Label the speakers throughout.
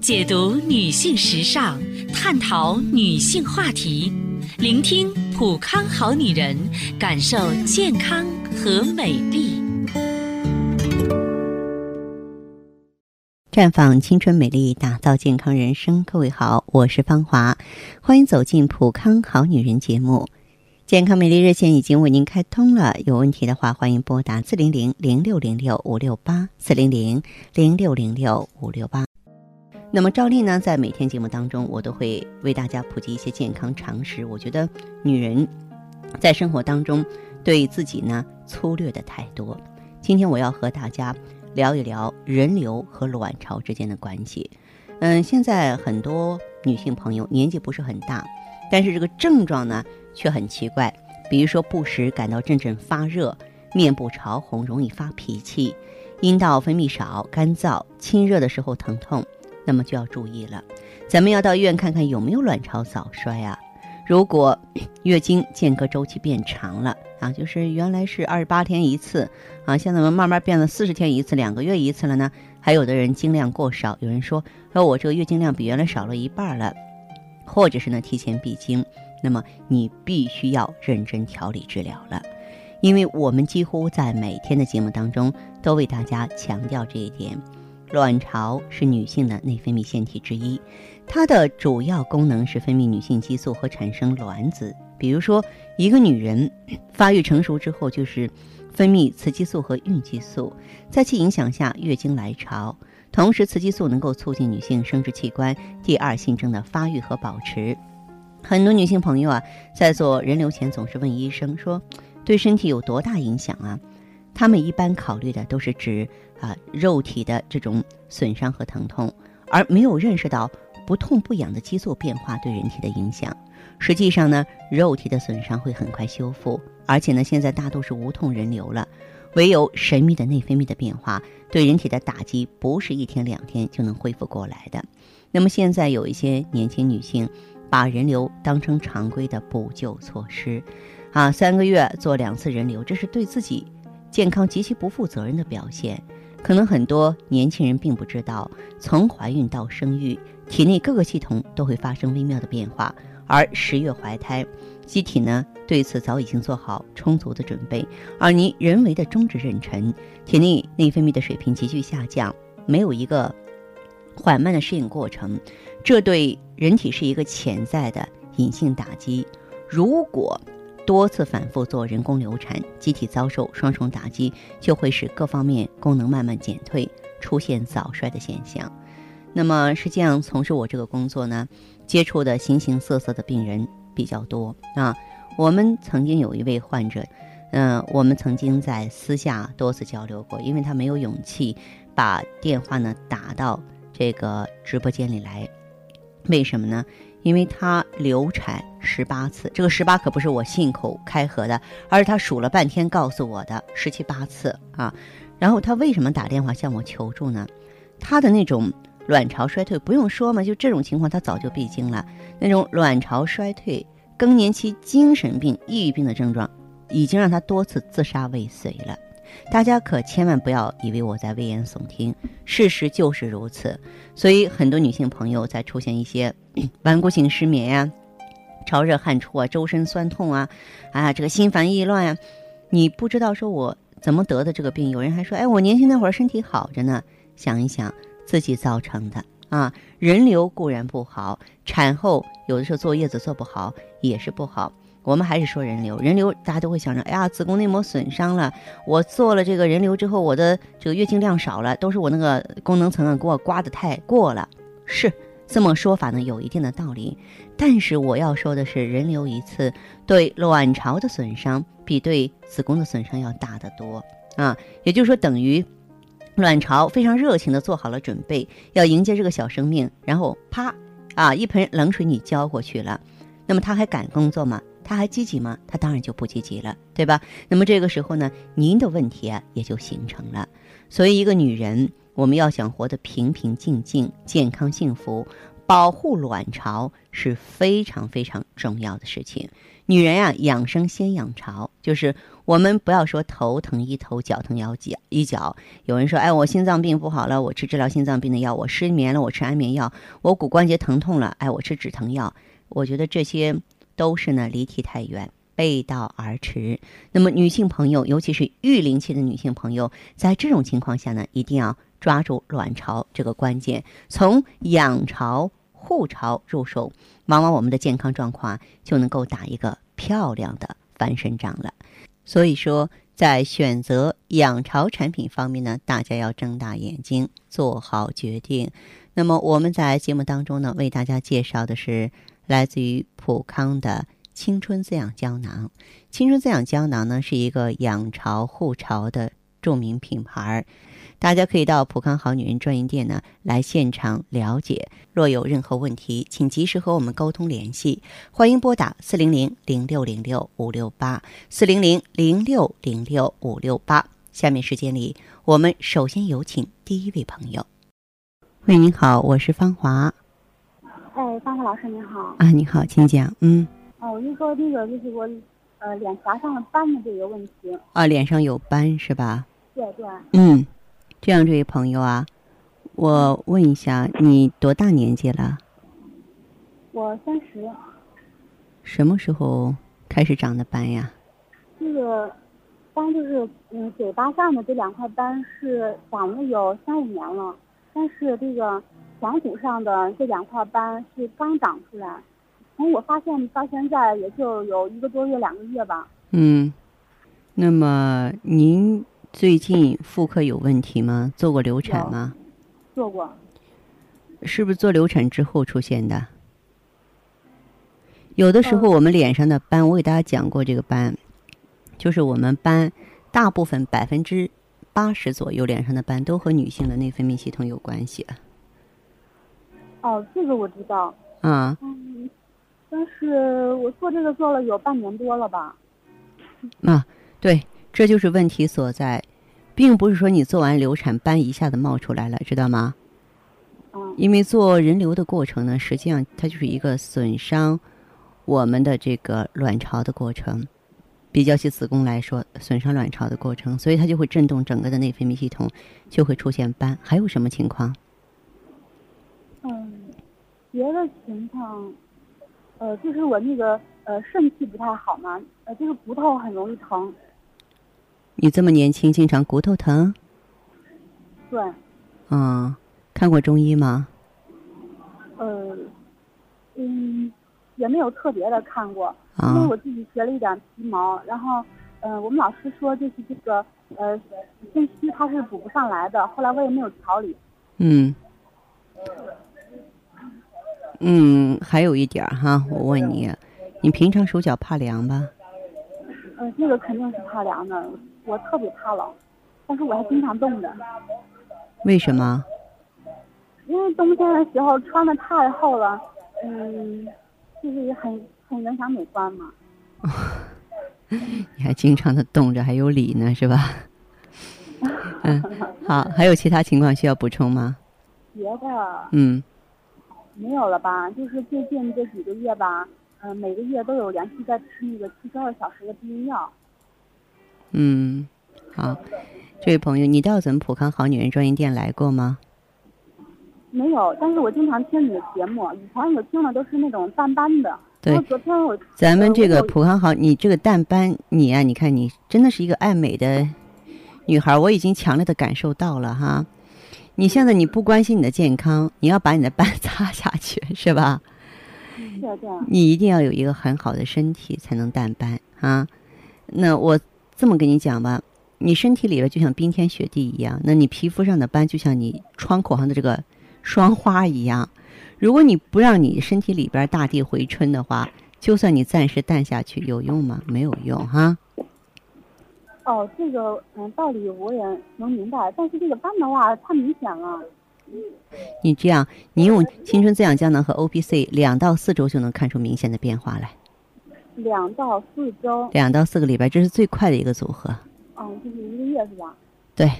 Speaker 1: 解读女性时尚，探讨女性话题，聆听普康好女人，感受健康和美丽。
Speaker 2: 绽放青春美丽，打造健康人生。各位好，我是芳华，欢迎走进普康好女人节目。健康美丽热线已经为您开通了，有问题的话欢迎拨打四零零零六零六五六八四零零零六零六五六八。那么照例呢，在每天节目当中，我都会为大家普及一些健康常识。我觉得女人在生活当中对自己呢粗略的太多。今天我要和大家聊一聊人流和卵巢之间的关系。嗯，现在很多女性朋友年纪不是很大，但是这个症状呢却很奇怪，比如说不时感到阵阵发热，面部潮红，容易发脾气，阴道分泌少、干燥，亲热的时候疼痛。那么就要注意了，咱们要到医院看看有没有卵巢早衰啊。如果月经间隔周期变长了啊，就是原来是二十八天一次啊，现在我们慢慢变了四十天一次，两个月一次了呢。还有的人经量过少，有人说说我这个月经量比原来少了一半了，或者是呢提前闭经，那么你必须要认真调理治疗了，因为我们几乎在每天的节目当中都为大家强调这一点。卵巢是女性的内分泌腺体之一，它的主要功能是分泌女性激素和产生卵子。比如说，一个女人 发育成熟之后，就是分泌雌激素和孕激素，在其影响下，月经来潮。同时，雌激素能够促进女性生殖器官第二性征的发育和保持。很多女性朋友啊，在做人流前总是问医生说，对身体有多大影响啊？他们一般考虑的都是指啊肉体的这种损伤和疼痛，而没有认识到不痛不痒的激素变化对人体的影响。实际上呢，肉体的损伤会很快修复，而且呢，现在大都是无痛人流了。唯有神秘的内分泌的变化对人体的打击，不是一天两天就能恢复过来的。那么现在有一些年轻女性把人流当成常规的补救措施，啊，三个月做两次人流，这是对自己。健康极其不负责任的表现，可能很多年轻人并不知道，从怀孕到生育，体内各个系统都会发生微妙的变化。而十月怀胎，机体呢对此早已经做好充足的准备，而你人为的终止妊娠，体内内分泌的水平急剧下降，没有一个缓慢的适应过程，这对人体是一个潜在的隐性打击。如果多次反复做人工流产，机体遭受双重打击，就会使各方面功能慢慢减退，出现早衰的现象。那么，实际上从事我这个工作呢，接触的形形色色的病人比较多啊。我们曾经有一位患者，嗯、呃，我们曾经在私下多次交流过，因为他没有勇气把电话呢打到这个直播间里来，为什么呢？因为她流产十八次，这个十八可不是我信口开河的，而是她数了半天告诉我的十七八次啊。然后她为什么打电话向我求助呢？她的那种卵巢衰退不用说嘛，就这种情况她早就闭经了。那种卵巢衰退、更年期精神病、抑郁病的症状，已经让她多次自杀未遂了。大家可千万不要以为我在危言耸听，事实就是如此。所以很多女性朋友在出现一些 顽固性失眠呀、啊、潮热汗出啊、周身酸痛啊、啊这个心烦意乱呀、啊，你不知道说我怎么得的这个病。有人还说，哎，我年轻那会儿身体好着呢。想一想自己造成的啊，人流固然不好，产后有的时候坐月子做不好也是不好。我们还是说人流，人流大家都会想着，哎呀，子宫内膜损伤了，我做了这个人流之后，我的这个月经量少了，都是我那个功能层啊给我刮的太过了。是这么说法呢，有一定的道理。但是我要说的是，人流一次对卵巢的损伤比对子宫的损伤要大得多啊，也就是说等于。卵巢非常热情的做好了准备，要迎接这个小生命，然后啪啊一盆冷水你浇过去了，那么他还敢工作吗？他还积极吗？他当然就不积极了，对吧？那么这个时候呢，您的问题啊也就形成了。所以，一个女人，我们要想活得平平静静、健康幸福，保护卵巢是非常非常重要的事情。女人呀、养生先养巢，就是我们不要说头疼一头，脚疼腰脚一脚。有人说，哎，我心脏病不好了，我吃治疗心脏病的药；我失眠了，我吃安眠药；我骨关节疼痛了，哎，我吃止疼药。我觉得这些都是呢离题太远，背道而驰。那么，女性朋友，尤其是育龄期的女性朋友，在这种情况下呢，一定要抓住卵巢这个关键，从养巢、护巢入手，往往我们的健康状况就能够打一个漂亮的翻身仗了。所以说，在选择养巢产品方面呢，大家要睁大眼睛，做好决定。那么，我们在节目当中呢，为大家介绍的是来自于普康的青春滋养胶囊。青春滋养胶囊呢，是一个养巢护巢的著名品牌儿。大家可以到普康好女人专营店呢来现场了解。若有任何问题，请及时和我们沟通联系。欢迎拨打四零零零六零六五六八四零零零六零六五六八。下面时间里，我们首先有请第一位朋友。喂，您好，我是芳华
Speaker 3: 哎，方华老师您好。
Speaker 2: 啊，你好，请讲。嗯，
Speaker 3: 哦，我就说那个就是我，呃，脸颊上的斑的这个问题。
Speaker 2: 啊，脸上有斑是吧？
Speaker 3: 对对，
Speaker 2: 嗯，这样，这位朋友啊，我问一下，你多大年纪了？
Speaker 3: 我三十，
Speaker 2: 什么时候开始长的斑呀？
Speaker 3: 这个斑就是嗯嘴巴上的这两块斑是长了有三五年了，但是这个颧骨上的这两块斑是刚长出来，从我发现到现在也就有一个多月两个月吧。
Speaker 2: 嗯，那么您最近妇科有问题吗？做过流产吗？
Speaker 3: 做过，
Speaker 2: 是不是做流产之后出现的？有的时候我们脸上的斑，我给大家讲过这个斑，就是我们斑大部分百分之八十左右脸上的斑都和女性的内分泌系统有关系
Speaker 3: 哦，这个我知道，
Speaker 2: 啊。
Speaker 3: 嗯，但是我做这个做了有半年多了吧。
Speaker 2: 啊，对，这就是问题所在，并不是说你做完流产斑一下子冒出来了，知道吗？
Speaker 3: 嗯
Speaker 2: 因为做人流的过程呢，实际上它就是一个损伤我们的这个卵巢的过程，比较起子宫来说，损伤卵巢的过程，所以它就会震动整个的内分泌系统，就会出现斑。还有什么情况？
Speaker 3: 嗯，别的情况，呃，就是我那个呃肾气不太好嘛，呃，就是骨头很容易疼，
Speaker 2: 你这么年轻，经常骨头疼
Speaker 3: 对，
Speaker 2: 啊、看过中医吗？
Speaker 3: 呃，嗯，也没有特别的看过，因为
Speaker 2: 啊
Speaker 3: 我自己学了一点皮毛，然后，呃，我们老师说就是这个呃肾虚它是补不上来的，后来我也没有调理，
Speaker 2: 嗯，嗯，还有一点儿哈，我问你，你平常手脚怕凉吧？
Speaker 3: 呃，这个肯定是怕凉的，我特别怕冷，但是我还经常冻着，
Speaker 2: 为什么？
Speaker 3: 因为冬天的时候穿的太厚了，嗯，就是很很影响美观嘛。
Speaker 2: 你还经常的冻着，还有理呢，是 吧？嗯，好，还有其他情况需要补充吗？
Speaker 3: 别的
Speaker 2: 嗯
Speaker 3: 没有了吧，就是最近这几个月吧，嗯、每个月都有连续在吃那个七十二小时的避孕药。
Speaker 2: 嗯，好，这位朋友，你到咱们普康好女人专营店来过吗？
Speaker 3: 没有，但是我经常听你的节目，以前我听的都是那种淡斑的。
Speaker 2: 对
Speaker 3: 然后昨天我
Speaker 2: 咱们这
Speaker 3: 呃
Speaker 2: 个
Speaker 3: 我有
Speaker 2: 普康好，你这个淡斑，你啊，你看你真的是一个爱美的女孩儿，我已经强烈的感受到了哈。你现在你不关心你的健康，你要把你的 斑擦下去，是吧？
Speaker 3: 对对，
Speaker 2: 你一定要有一个很好的身体才能淡斑啊。那我这么跟你讲吧，你身体里边就像冰天雪地一样，那你皮肤上的斑就像你窗口上的这个霜花一样。如果你不让你身体里边大地回春的话，就算你暂时淡下去，有用吗？没有用哈、
Speaker 3: 哦，这个嗯道理我也能明白，但是这个斑的话太明显了。
Speaker 2: 你这样，你用青春滋养胶囊和 O P C 两到四周就能看出明显的变化来，
Speaker 3: 两到四周，
Speaker 2: 两到四个礼拜，这是最快的一个组合。
Speaker 3: 嗯，就是一个月是吧？
Speaker 2: 对，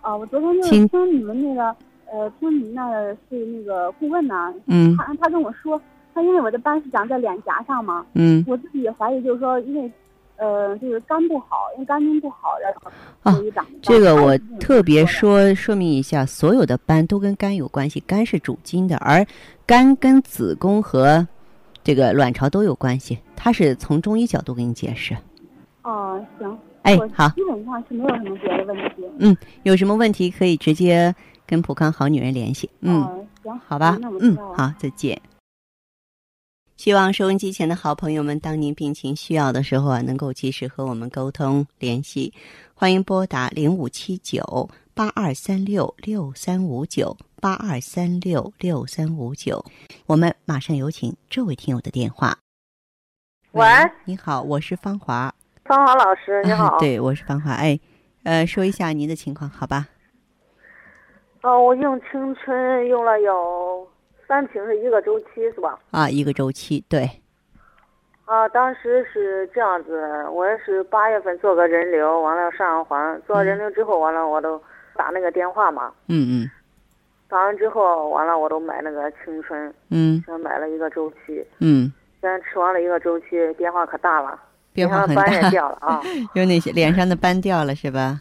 Speaker 3: 啊，我昨天就是
Speaker 2: 亲
Speaker 3: 听你们那个，呃，
Speaker 4: 呃，听您那儿是那个顾问呢、
Speaker 2: 嗯
Speaker 4: 他他跟我说，他因为我的斑是长在脸颊上嘛，
Speaker 2: 嗯，
Speaker 4: 我自己也怀疑，就是说因为，呃，就是肝不好，因为肝经不好，然后所以长嗯的
Speaker 2: 啊这个
Speaker 4: 斑
Speaker 2: 我
Speaker 4: 他也是
Speaker 2: 特别
Speaker 4: 这么的
Speaker 2: 说说明一下，所有的斑都跟肝有关系，肝是主筋的，而肝跟子宫和这个卵巢都有关系，它是从中医角度给你解释。
Speaker 4: 哦，行，
Speaker 2: 哎
Speaker 4: 我，
Speaker 2: 好，
Speaker 4: 基本上是没有什么别的问题。
Speaker 2: 有什么问题可以直接跟普康好女人联系。嗯，
Speaker 4: 哦，行，
Speaker 2: 好吧
Speaker 4: 那我，知
Speaker 2: 嗯
Speaker 4: 道，了。
Speaker 2: 好，再见。希望收音机前的好朋友们，当您病情需要的时候啊，能够及时和我们沟通联系。欢迎拨打零五七九八二三六六三五九八二三六六三五九。我们马上有请这位听友的电话。
Speaker 3: 喂，
Speaker 2: 你好，我是芳华。
Speaker 3: 芳华老师，你好。
Speaker 2: 啊 对，我是芳华。哎，呃，说一下您的情况，好吧？
Speaker 3: 哦，我用青春用了有三瓶是一个周期是吧？
Speaker 2: 啊，一个周期，对。
Speaker 3: 啊，当时是这样子，我是八月份做个人流，完了上环，做人流之后，完了我都打那个电话嘛，
Speaker 2: 嗯
Speaker 3: 打完之后，完了我都买那个青春，
Speaker 2: 嗯嗯
Speaker 3: 先买了一个周期，
Speaker 2: 嗯，
Speaker 3: 先吃完了一个周期，变化可大了，
Speaker 2: 变化
Speaker 3: 上
Speaker 2: 很
Speaker 3: 斑也
Speaker 2: 大，
Speaker 3: 掉了 啊
Speaker 2: 有哪些脸上的斑掉了是吧？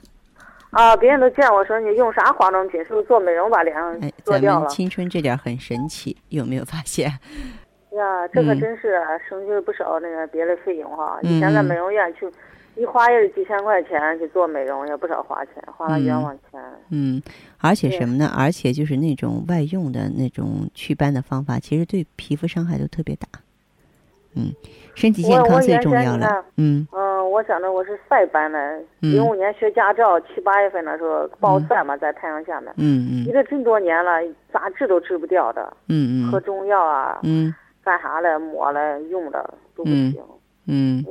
Speaker 3: 啊！别人都见我说你用啥化妆品，是不是做美容把脸上
Speaker 2: 哎，
Speaker 3: 做
Speaker 2: 咱
Speaker 3: 嗯掉
Speaker 2: 们
Speaker 3: 了？
Speaker 2: 青春这点儿很神奇，有没有发现？
Speaker 3: 呀，这可
Speaker 2: 嗯
Speaker 3: 真是啊省去了不少那个别的费用哈、
Speaker 2: 嗯
Speaker 3: 以前在美容院去，一花也是几千块钱去做美容，也不少花钱，花了
Speaker 2: 嗯
Speaker 3: 冤枉钱。
Speaker 2: 嗯，而且
Speaker 3: 对
Speaker 2: 什么呢？而且就是那种外用的那种去斑的方法，其实对皮肤伤害都特别大。嗯，身体健
Speaker 3: 我
Speaker 2: 康
Speaker 3: 我
Speaker 2: 最
Speaker 3: 原
Speaker 2: 重
Speaker 3: 先
Speaker 2: 要
Speaker 3: 你
Speaker 2: 了。
Speaker 3: 看
Speaker 2: 嗯
Speaker 3: 嗯，我想着我是晒斑的，
Speaker 2: 嗯
Speaker 3: 零五年学驾照，七八月份的时候暴晒嘛，在太阳下面，
Speaker 2: 嗯
Speaker 3: 一
Speaker 2: 嗯
Speaker 3: 个这么多年了，咋治都治不掉的，
Speaker 2: 嗯
Speaker 3: 喝
Speaker 2: 嗯
Speaker 3: 中药啊，
Speaker 2: 嗯
Speaker 3: 干啥的抹了用的都不
Speaker 2: 嗯
Speaker 3: 行。
Speaker 2: 嗯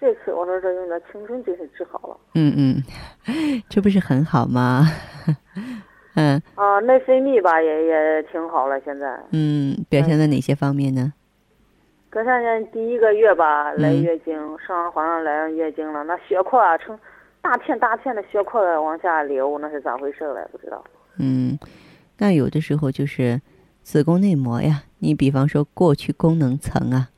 Speaker 3: 这次我说这用的青春真是治好了
Speaker 2: 嗯嗯， 这不是很好吗？ 嗯
Speaker 3: 啊，内分泌吧也也挺好了，现在。
Speaker 2: 嗯，表现在哪些方面呢？
Speaker 3: 隔三年第一个月吧，
Speaker 2: 嗯
Speaker 3: 来月经，上环上来月经了，那血块啊成大片大片的血块往下流，那是咋回事儿来？不知道。
Speaker 2: 嗯，那有的时候就是子宫内膜呀，你比方说过去功能层啊，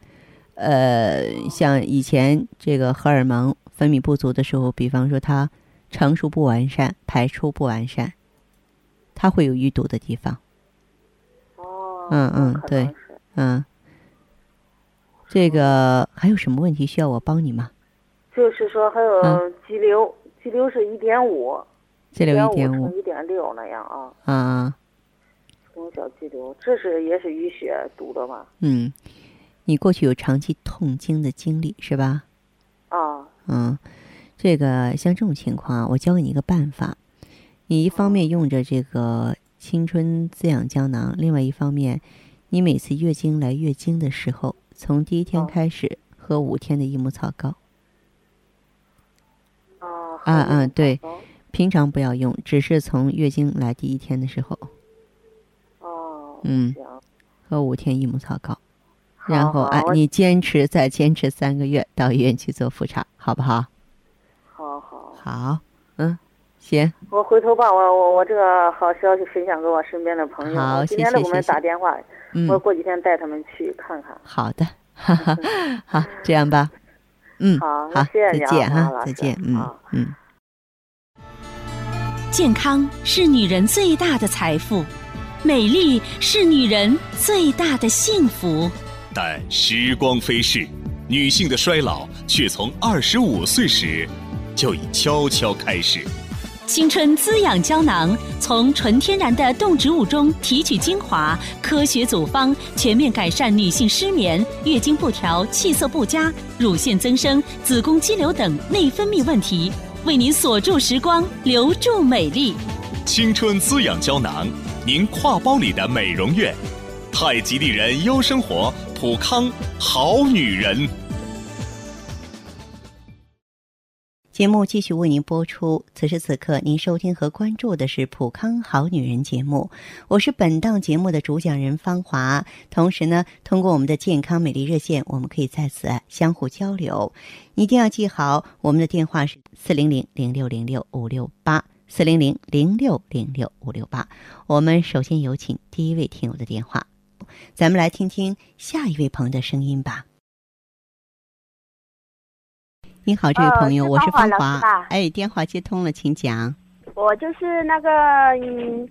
Speaker 2: 呃，像以前这个荷尔蒙分泌不足的时候，比方说它成熟不完善、排出不完善，它会有淤堵的地方。
Speaker 3: 哦，
Speaker 2: 嗯嗯
Speaker 3: 可能
Speaker 2: 对
Speaker 3: 是
Speaker 2: 嗯，这个还有什么问题需要我帮你吗？
Speaker 3: 就是说还有肌瘤，肌瘤是一点五，
Speaker 2: 这里有嗯一点
Speaker 3: 五
Speaker 2: 五
Speaker 3: 乘一点六那样啊，
Speaker 2: 啊，
Speaker 3: 从小肌瘤，这是也是淤血堵的吧？
Speaker 2: 嗯，你过去有长期痛经的经历是吧？
Speaker 3: 啊，
Speaker 2: 嗯，这个像这种情况啊，我教给你一个办法，你一方面用着这个青春滋养胶囊，另外一方面，你每次月经来月经的时候，从第一天
Speaker 3: 哦
Speaker 2: 开始喝五天的益母草膏，
Speaker 3: 啊，
Speaker 2: 啊啊
Speaker 3: 好
Speaker 2: 对，
Speaker 3: 好
Speaker 2: 平常不要用，只是从月经来第一天的时候
Speaker 3: 哦，
Speaker 2: 嗯
Speaker 3: 行，
Speaker 2: 喝五天益母草膏，
Speaker 3: 好
Speaker 2: 然后
Speaker 3: 好
Speaker 2: 啊，
Speaker 3: 我
Speaker 2: 你坚持再坚持三个月，到医院去做复查，好不好？
Speaker 3: 好好，
Speaker 2: 好，嗯，行，
Speaker 3: 我回头把我我我这个好消息分享给我身边的朋友，
Speaker 2: 好
Speaker 3: 我
Speaker 2: 谢
Speaker 3: 今天都
Speaker 2: 谢
Speaker 3: 给我们
Speaker 2: 谢谢
Speaker 3: 打电话，
Speaker 2: 嗯
Speaker 3: 我，过几天带他们去看看。
Speaker 2: 好的，哈哈，好，这样吧，嗯，
Speaker 3: 好那
Speaker 2: 好，
Speaker 3: 谢谢
Speaker 2: 再
Speaker 3: 你啊
Speaker 2: 见
Speaker 3: 黄
Speaker 2: 哈，
Speaker 3: 老
Speaker 2: 再
Speaker 3: 师
Speaker 2: 见，嗯
Speaker 3: 好
Speaker 2: 嗯。
Speaker 1: 健康是女人最大的财富，美丽是女人最大的幸福。
Speaker 5: 但时光飞逝，女性的衰老却从二十五岁时就已悄悄开始。
Speaker 1: 青春滋养胶囊从纯天然的动植物中提取精华，科学组方，全面改善女性失眠、月经不调、气色不佳、乳腺增生、子宫肌瘤等内分泌问题，为您锁住时光，留住美丽。
Speaker 5: 青春滋养胶囊，您挎包里的美容院。太极丽人优生活，普康好女人。
Speaker 2: 节目继续为您播出。此时此刻，您收听和关注的是《普康好女人》节目，我是本档节目的主讲人芳华。同时呢，通过我们的健康美丽热线，我们可以在此相互交流。一定要记好，我们的电话是四零零零六零六五六八。四零零零六零六五六八。我们首先有请第一位听友的电话，咱们来听听下一位朋友的声音吧。你好，这位朋友，
Speaker 6: 呃是
Speaker 2: 我是
Speaker 6: 芳
Speaker 2: 芳
Speaker 6: 华老
Speaker 2: 华
Speaker 6: 师吧。
Speaker 2: 哎，电话接通了，请讲。
Speaker 6: 我就是那个嗯，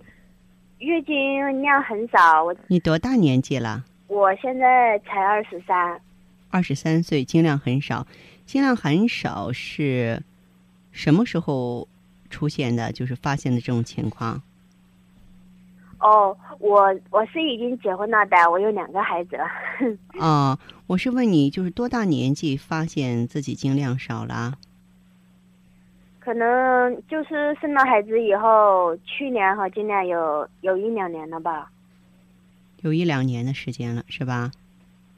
Speaker 6: 月经量很少，我
Speaker 2: 你多大年纪了？
Speaker 6: 我现在才二十三，
Speaker 2: 二十三岁，经量很少。经量很少是什么时候出现的？就是发现的这种情况。
Speaker 6: 哦，我我是已经结婚了的，我有两个孩子了，
Speaker 2: 啊、我是问你，就是多大年纪发现自己经量少了？
Speaker 6: 可能就是生了孩子以后，去年和今年有有一两年了吧，
Speaker 2: 有一两年的时间了，是吧？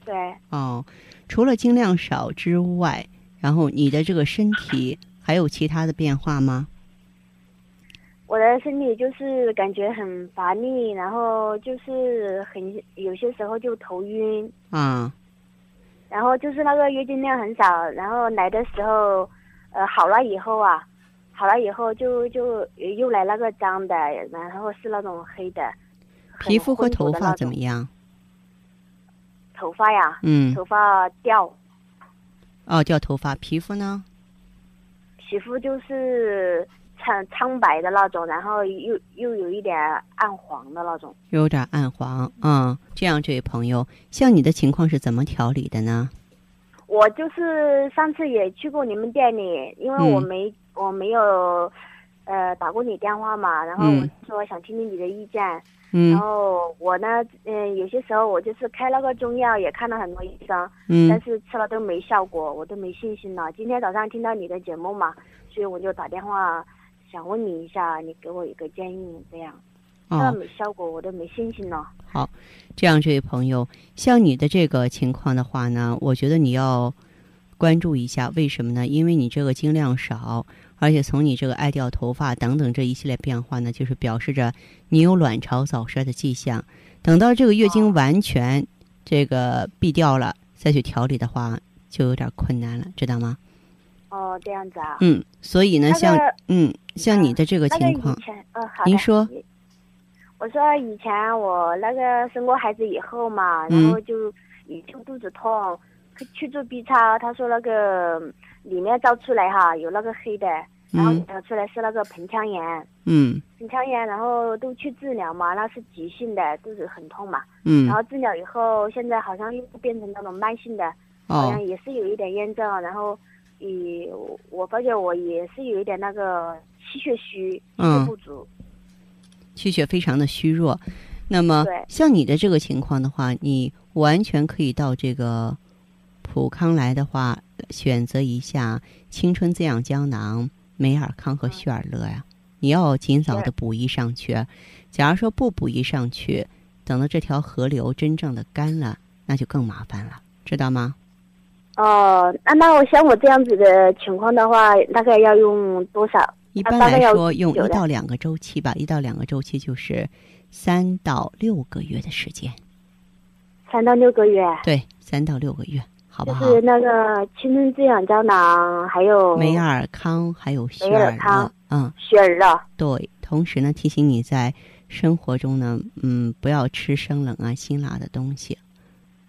Speaker 6: 对，
Speaker 2: 哦，除了经量少之外，然后你的这个身体还有其他的变化吗？
Speaker 6: 我的身体就是感觉很乏力，然后就是很有些时候就头晕，
Speaker 2: 啊、
Speaker 6: 然后就是那个月经量很少，然后来的时候，呃，好了以后啊，好了以后就就又来那个脏的，然后是那种黑的，很
Speaker 2: 皮肤和
Speaker 6: 浑浊
Speaker 2: 头
Speaker 6: 的那
Speaker 2: 发怎么
Speaker 6: 种？
Speaker 2: 样？
Speaker 6: 头发呀，
Speaker 2: 嗯，
Speaker 6: 头发掉，
Speaker 2: 哦，掉头发，皮肤呢？
Speaker 6: 皮肤就是苍苍白的那种，然后又又有一点暗黄的那种。
Speaker 2: 有点暗黄，嗯，这样，这位朋友，像你的情况是怎么调理的呢？
Speaker 6: 我就是上次也去过你们店里，因为
Speaker 2: 嗯
Speaker 6: 我没、我没有，呃，打过你电话嘛，然后
Speaker 2: 嗯
Speaker 6: 我说想听听你的意见，然
Speaker 2: 嗯
Speaker 6: 后我呢，嗯、有些时候我就是开那个中药，也看了很多医生，但
Speaker 2: 嗯，
Speaker 6: 是吃了都没效果，我都没信心了。今天早上听到你的节目嘛，所以我就打电话想问你一下，你给我一个建议，这样吃了
Speaker 2: 哦，
Speaker 6: 没效果，我都没信心了。
Speaker 2: 好，这样，这位朋友，像你的这个情况的话呢，我觉得你要关注一下，为什么呢？因为你这个经量少，而且从你这个爱掉头发等等这一系列变化呢，就是表示着你有卵巢早衰的迹象。等到这个月经完全这个避掉了，再去调理的话，就有点困难了，知道吗？
Speaker 6: 哦，这样子啊。
Speaker 2: 嗯，所以呢，
Speaker 6: 那个
Speaker 2: 像嗯，像你的这个
Speaker 6: 那个
Speaker 2: 情
Speaker 6: 以
Speaker 2: 况，
Speaker 6: 前，嗯，好的。
Speaker 2: 您说。
Speaker 6: 我说以前我那个生过孩子以后嘛，
Speaker 2: 嗯
Speaker 6: 然后就也就肚子痛，去去做 B 超，他说那个嗯里面照出来哈有那个黑的，然后
Speaker 2: 嗯
Speaker 6: 查出来是那个盆腔炎，
Speaker 2: 嗯
Speaker 6: 盆腔炎，然后都去治疗嘛，那是急性的，肚子很痛嘛，
Speaker 2: 嗯
Speaker 6: 然后治疗以后，现在好像又变成那种慢性的，好
Speaker 2: 哦
Speaker 6: 像也是有一点炎症，然后，也我我发觉我也是有一点那个气血虚，气
Speaker 2: 嗯
Speaker 6: 血不足，
Speaker 2: 气血非常的虚弱。那么
Speaker 6: 对
Speaker 2: 像你的这个情况的话，你完全可以到这个普康来的话，选择一下青春滋养胶囊、美尔康
Speaker 6: 嗯
Speaker 2: 和旭尔乐呀、你要尽早的补益上去。假如说不补益上去，等到这条河流真正的干了，那就更麻烦了，知道吗？
Speaker 6: 哦，那那我像我这样子的情况的话，大概要用多少？
Speaker 2: 一
Speaker 6: 啊
Speaker 2: 般
Speaker 6: 大概
Speaker 2: 来
Speaker 6: 要
Speaker 2: 说，用
Speaker 6: 久
Speaker 2: 一
Speaker 6: 的
Speaker 2: 到两个周期吧，一到两个周期就是三到六个月的时间。
Speaker 6: 三到六个月，
Speaker 2: 对，三到六个月，好不
Speaker 6: 就
Speaker 2: 好？
Speaker 6: 是那个青春滋养胶囊，还有
Speaker 2: 美尔康还有雪
Speaker 6: 美尔
Speaker 2: 乐
Speaker 6: 康，
Speaker 2: 嗯，
Speaker 6: 雪儿乐。
Speaker 2: 对。同时呢，提醒你在生活中呢，嗯，不要吃生冷啊、辛辣的东西。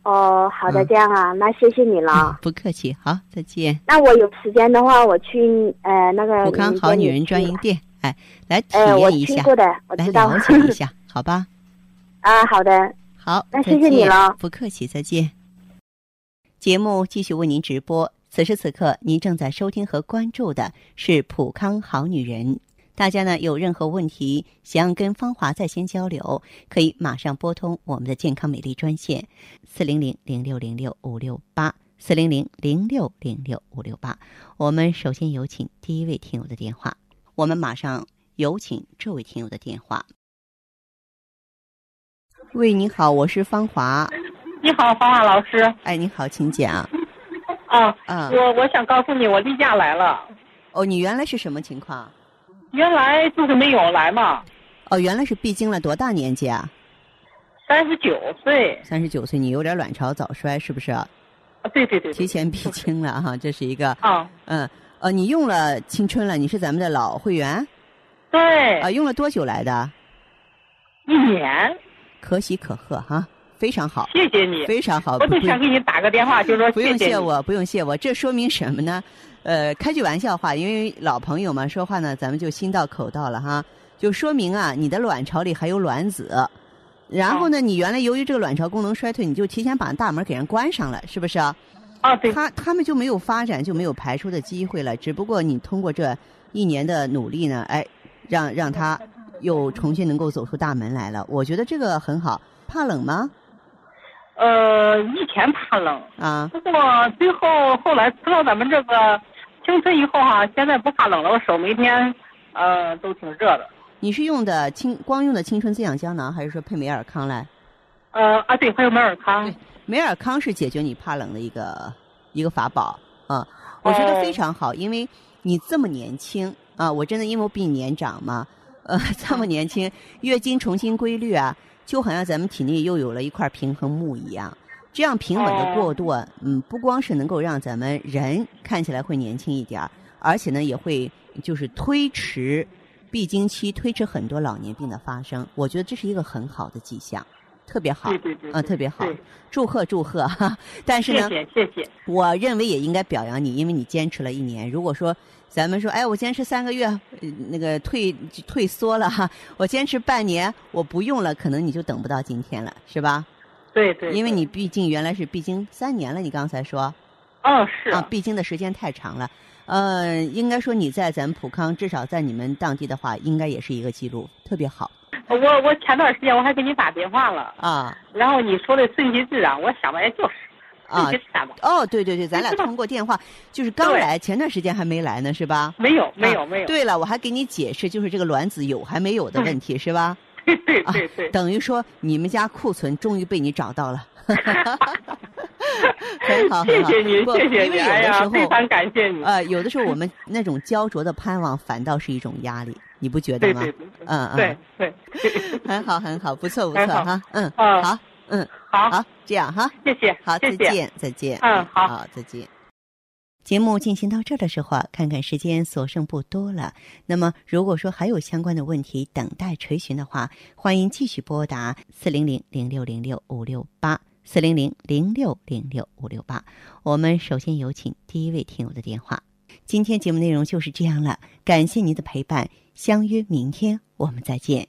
Speaker 6: 哦，好的，
Speaker 2: 嗯
Speaker 6: 这样啊，那谢谢你了。
Speaker 2: 不客气，好，再见。
Speaker 6: 那我有时间的话，我去呃那个
Speaker 2: 普康好
Speaker 6: 你
Speaker 2: 女
Speaker 6: 们
Speaker 2: 人专
Speaker 6: 店里
Speaker 2: 营
Speaker 6: 去
Speaker 2: 店，哎，来体
Speaker 6: 啊哎，我
Speaker 2: 验一
Speaker 6: 听
Speaker 2: 下，
Speaker 6: 过的，我
Speaker 2: 来
Speaker 6: 知道
Speaker 2: 了解一下，好吧？
Speaker 6: 啊。好的，
Speaker 2: 好，
Speaker 6: 那
Speaker 2: 再
Speaker 6: 谢谢你
Speaker 2: 见
Speaker 6: 了
Speaker 2: 不客气，再见。节目继续为您直播，此时此刻您正在收听和关注的是《普康好女人》。大家呢有任何问题想要跟芳华在线交流，可以马上拨通我们的健康美丽专线四零零零六零六五六八四零零零六零六五六八。我们首先有请第一位听友的电话，我们马上有请这位听友的电话。喂，你好，我是芳华。
Speaker 7: 你好，方华老师。
Speaker 2: 哎，你好，请讲。
Speaker 7: 啊，
Speaker 2: 啊，
Speaker 7: 我我想告诉你，我例假来了。
Speaker 2: 哦，你原来是什么情况？
Speaker 7: 原来就是没有来嘛，
Speaker 2: 哦，原来是闭经了，多大年纪啊？
Speaker 7: 三十九岁。
Speaker 2: 三十九岁，你有点卵巢早衰，是不是？
Speaker 7: 啊，对对对嗯
Speaker 2: 提
Speaker 7: 对。
Speaker 2: 前闭经了哈、这是一个，嗯
Speaker 7: 啊，
Speaker 2: 嗯，呃，你用了青春了，你是咱们的老会员
Speaker 7: 对，
Speaker 2: 啊，用了多久来的？
Speaker 7: 一年，
Speaker 2: 可喜可贺哈、非常好，
Speaker 7: 谢谢你，
Speaker 2: 非常好，
Speaker 7: 我
Speaker 2: 不
Speaker 7: 总
Speaker 2: 不
Speaker 7: 想给你打个电话，就说
Speaker 2: 不用
Speaker 7: 谢
Speaker 2: 谢
Speaker 7: 你。
Speaker 2: 我，不用谢我，这说明什么呢？呃，开句玩笑话，因为老朋友嘛，说话呢，咱们就心到口到了哈，就说明啊，你的卵巢里还有卵子，然
Speaker 7: 哦
Speaker 2: 后呢，你原来由于这个卵巢功能衰退，你就提前把大门给人关上了，是不是啊？
Speaker 7: 啊，对，
Speaker 2: 他他们就没有发展，就没有排出的机会了。只不过你通过这一年的努力呢，哎，让让他又重新能够走出大门来了。我觉得这个很好。怕冷吗？
Speaker 7: 呃，以前怕冷，
Speaker 2: 啊，
Speaker 7: 不过最后后来吃了咱们这个青春以后哈、现在不怕冷了，我手每天呃都挺热的。
Speaker 2: 你是用的青光用的青春滋养胶囊，还是说配美尔康来？
Speaker 7: 呃啊，对，还有美尔康
Speaker 2: 对，美尔康是解决你怕冷的一个一个法宝啊，我觉得非常好，因为你这么年轻啊，我真的因为我比你年长嘛，呃， 这么年轻，月经重新规律啊，就好像咱们体内又有了一块平衡木一样。这样平稳的过渡，嗯，不光是能够让咱们人看起来会年轻一点儿，而且呢也会就是推迟闭经期，推迟很多老年病的发生。我觉得这是一个很好的迹象，特别好。
Speaker 7: 对对对，
Speaker 2: 啊，
Speaker 7: 对
Speaker 2: 特别好
Speaker 7: 嗯对，
Speaker 2: 祝贺祝贺！哈，但是
Speaker 7: 谢
Speaker 2: 呢，
Speaker 7: 谢谢谢，
Speaker 2: 我认为也应该表扬你，因为你坚持了一年。如果说咱们说，哎，我坚持三个月，呃那个退退缩了哈，我坚持半年，我不用了，可能你就等不到今天了，是吧？
Speaker 7: 对对，
Speaker 2: 因为
Speaker 7: 对
Speaker 2: 你毕竟原来是闭经三年了，你刚才说
Speaker 7: 嗯是
Speaker 2: 啊，闭经的时间太长了。呃，应该说你在咱们普康，至少在你们当地的话，应该也是一个记录，特别好
Speaker 7: 我我前段时间我还给你打电话了，
Speaker 2: 啊
Speaker 7: 然后你说的顺其自然，我想吧，也就是
Speaker 2: 啊
Speaker 7: 顺其！自然吧，
Speaker 2: 哦，对对对，咱俩通过电话，就是刚
Speaker 7: 哎对
Speaker 2: 来，前段时间还没来呢，是吧？
Speaker 7: 没有没
Speaker 2: 啊
Speaker 7: 有没有，
Speaker 2: 对了，我还给你解释，就是这个卵子有还没有的问题，是吧？
Speaker 7: 对对
Speaker 2: 啊
Speaker 7: 对对，
Speaker 2: 等于说你们家库存终于被你找到 了，啊很好
Speaker 7: 谢
Speaker 2: 很好。
Speaker 7: 谢你
Speaker 2: 不
Speaker 7: 谢谢
Speaker 2: 因为有
Speaker 7: 你，
Speaker 2: 的
Speaker 7: 哎
Speaker 2: 时
Speaker 7: 呀，
Speaker 2: 候
Speaker 7: 非常感谢你，
Speaker 2: 呃，有的时候我们那种焦灼的盼望反倒是一种压力，你不觉得
Speaker 7: 对
Speaker 2: 吗？
Speaker 7: 对对
Speaker 2: 嗯嗯，
Speaker 7: 对对，
Speaker 2: 很好很好，不错不错
Speaker 7: 很好
Speaker 2: 哈，嗯，
Speaker 7: 嗯
Speaker 2: 好，嗯，
Speaker 7: 好，
Speaker 2: 好，这样哈。
Speaker 7: 谢谢，
Speaker 2: 好，
Speaker 7: 谢
Speaker 2: 再
Speaker 7: 谢。
Speaker 2: 见，再见。
Speaker 7: 嗯好
Speaker 2: 再见。节目进行到这儿的时候啊，看看时间所剩不多了。那么，如果说还有相关的问题等待垂询的话，欢迎继续拨打四零零零六零六五六八四零零零六零六五六八。我们首先有请第一位听友的电话。今天节目内容就是这样了，感谢您的陪伴，相约明天我们再见。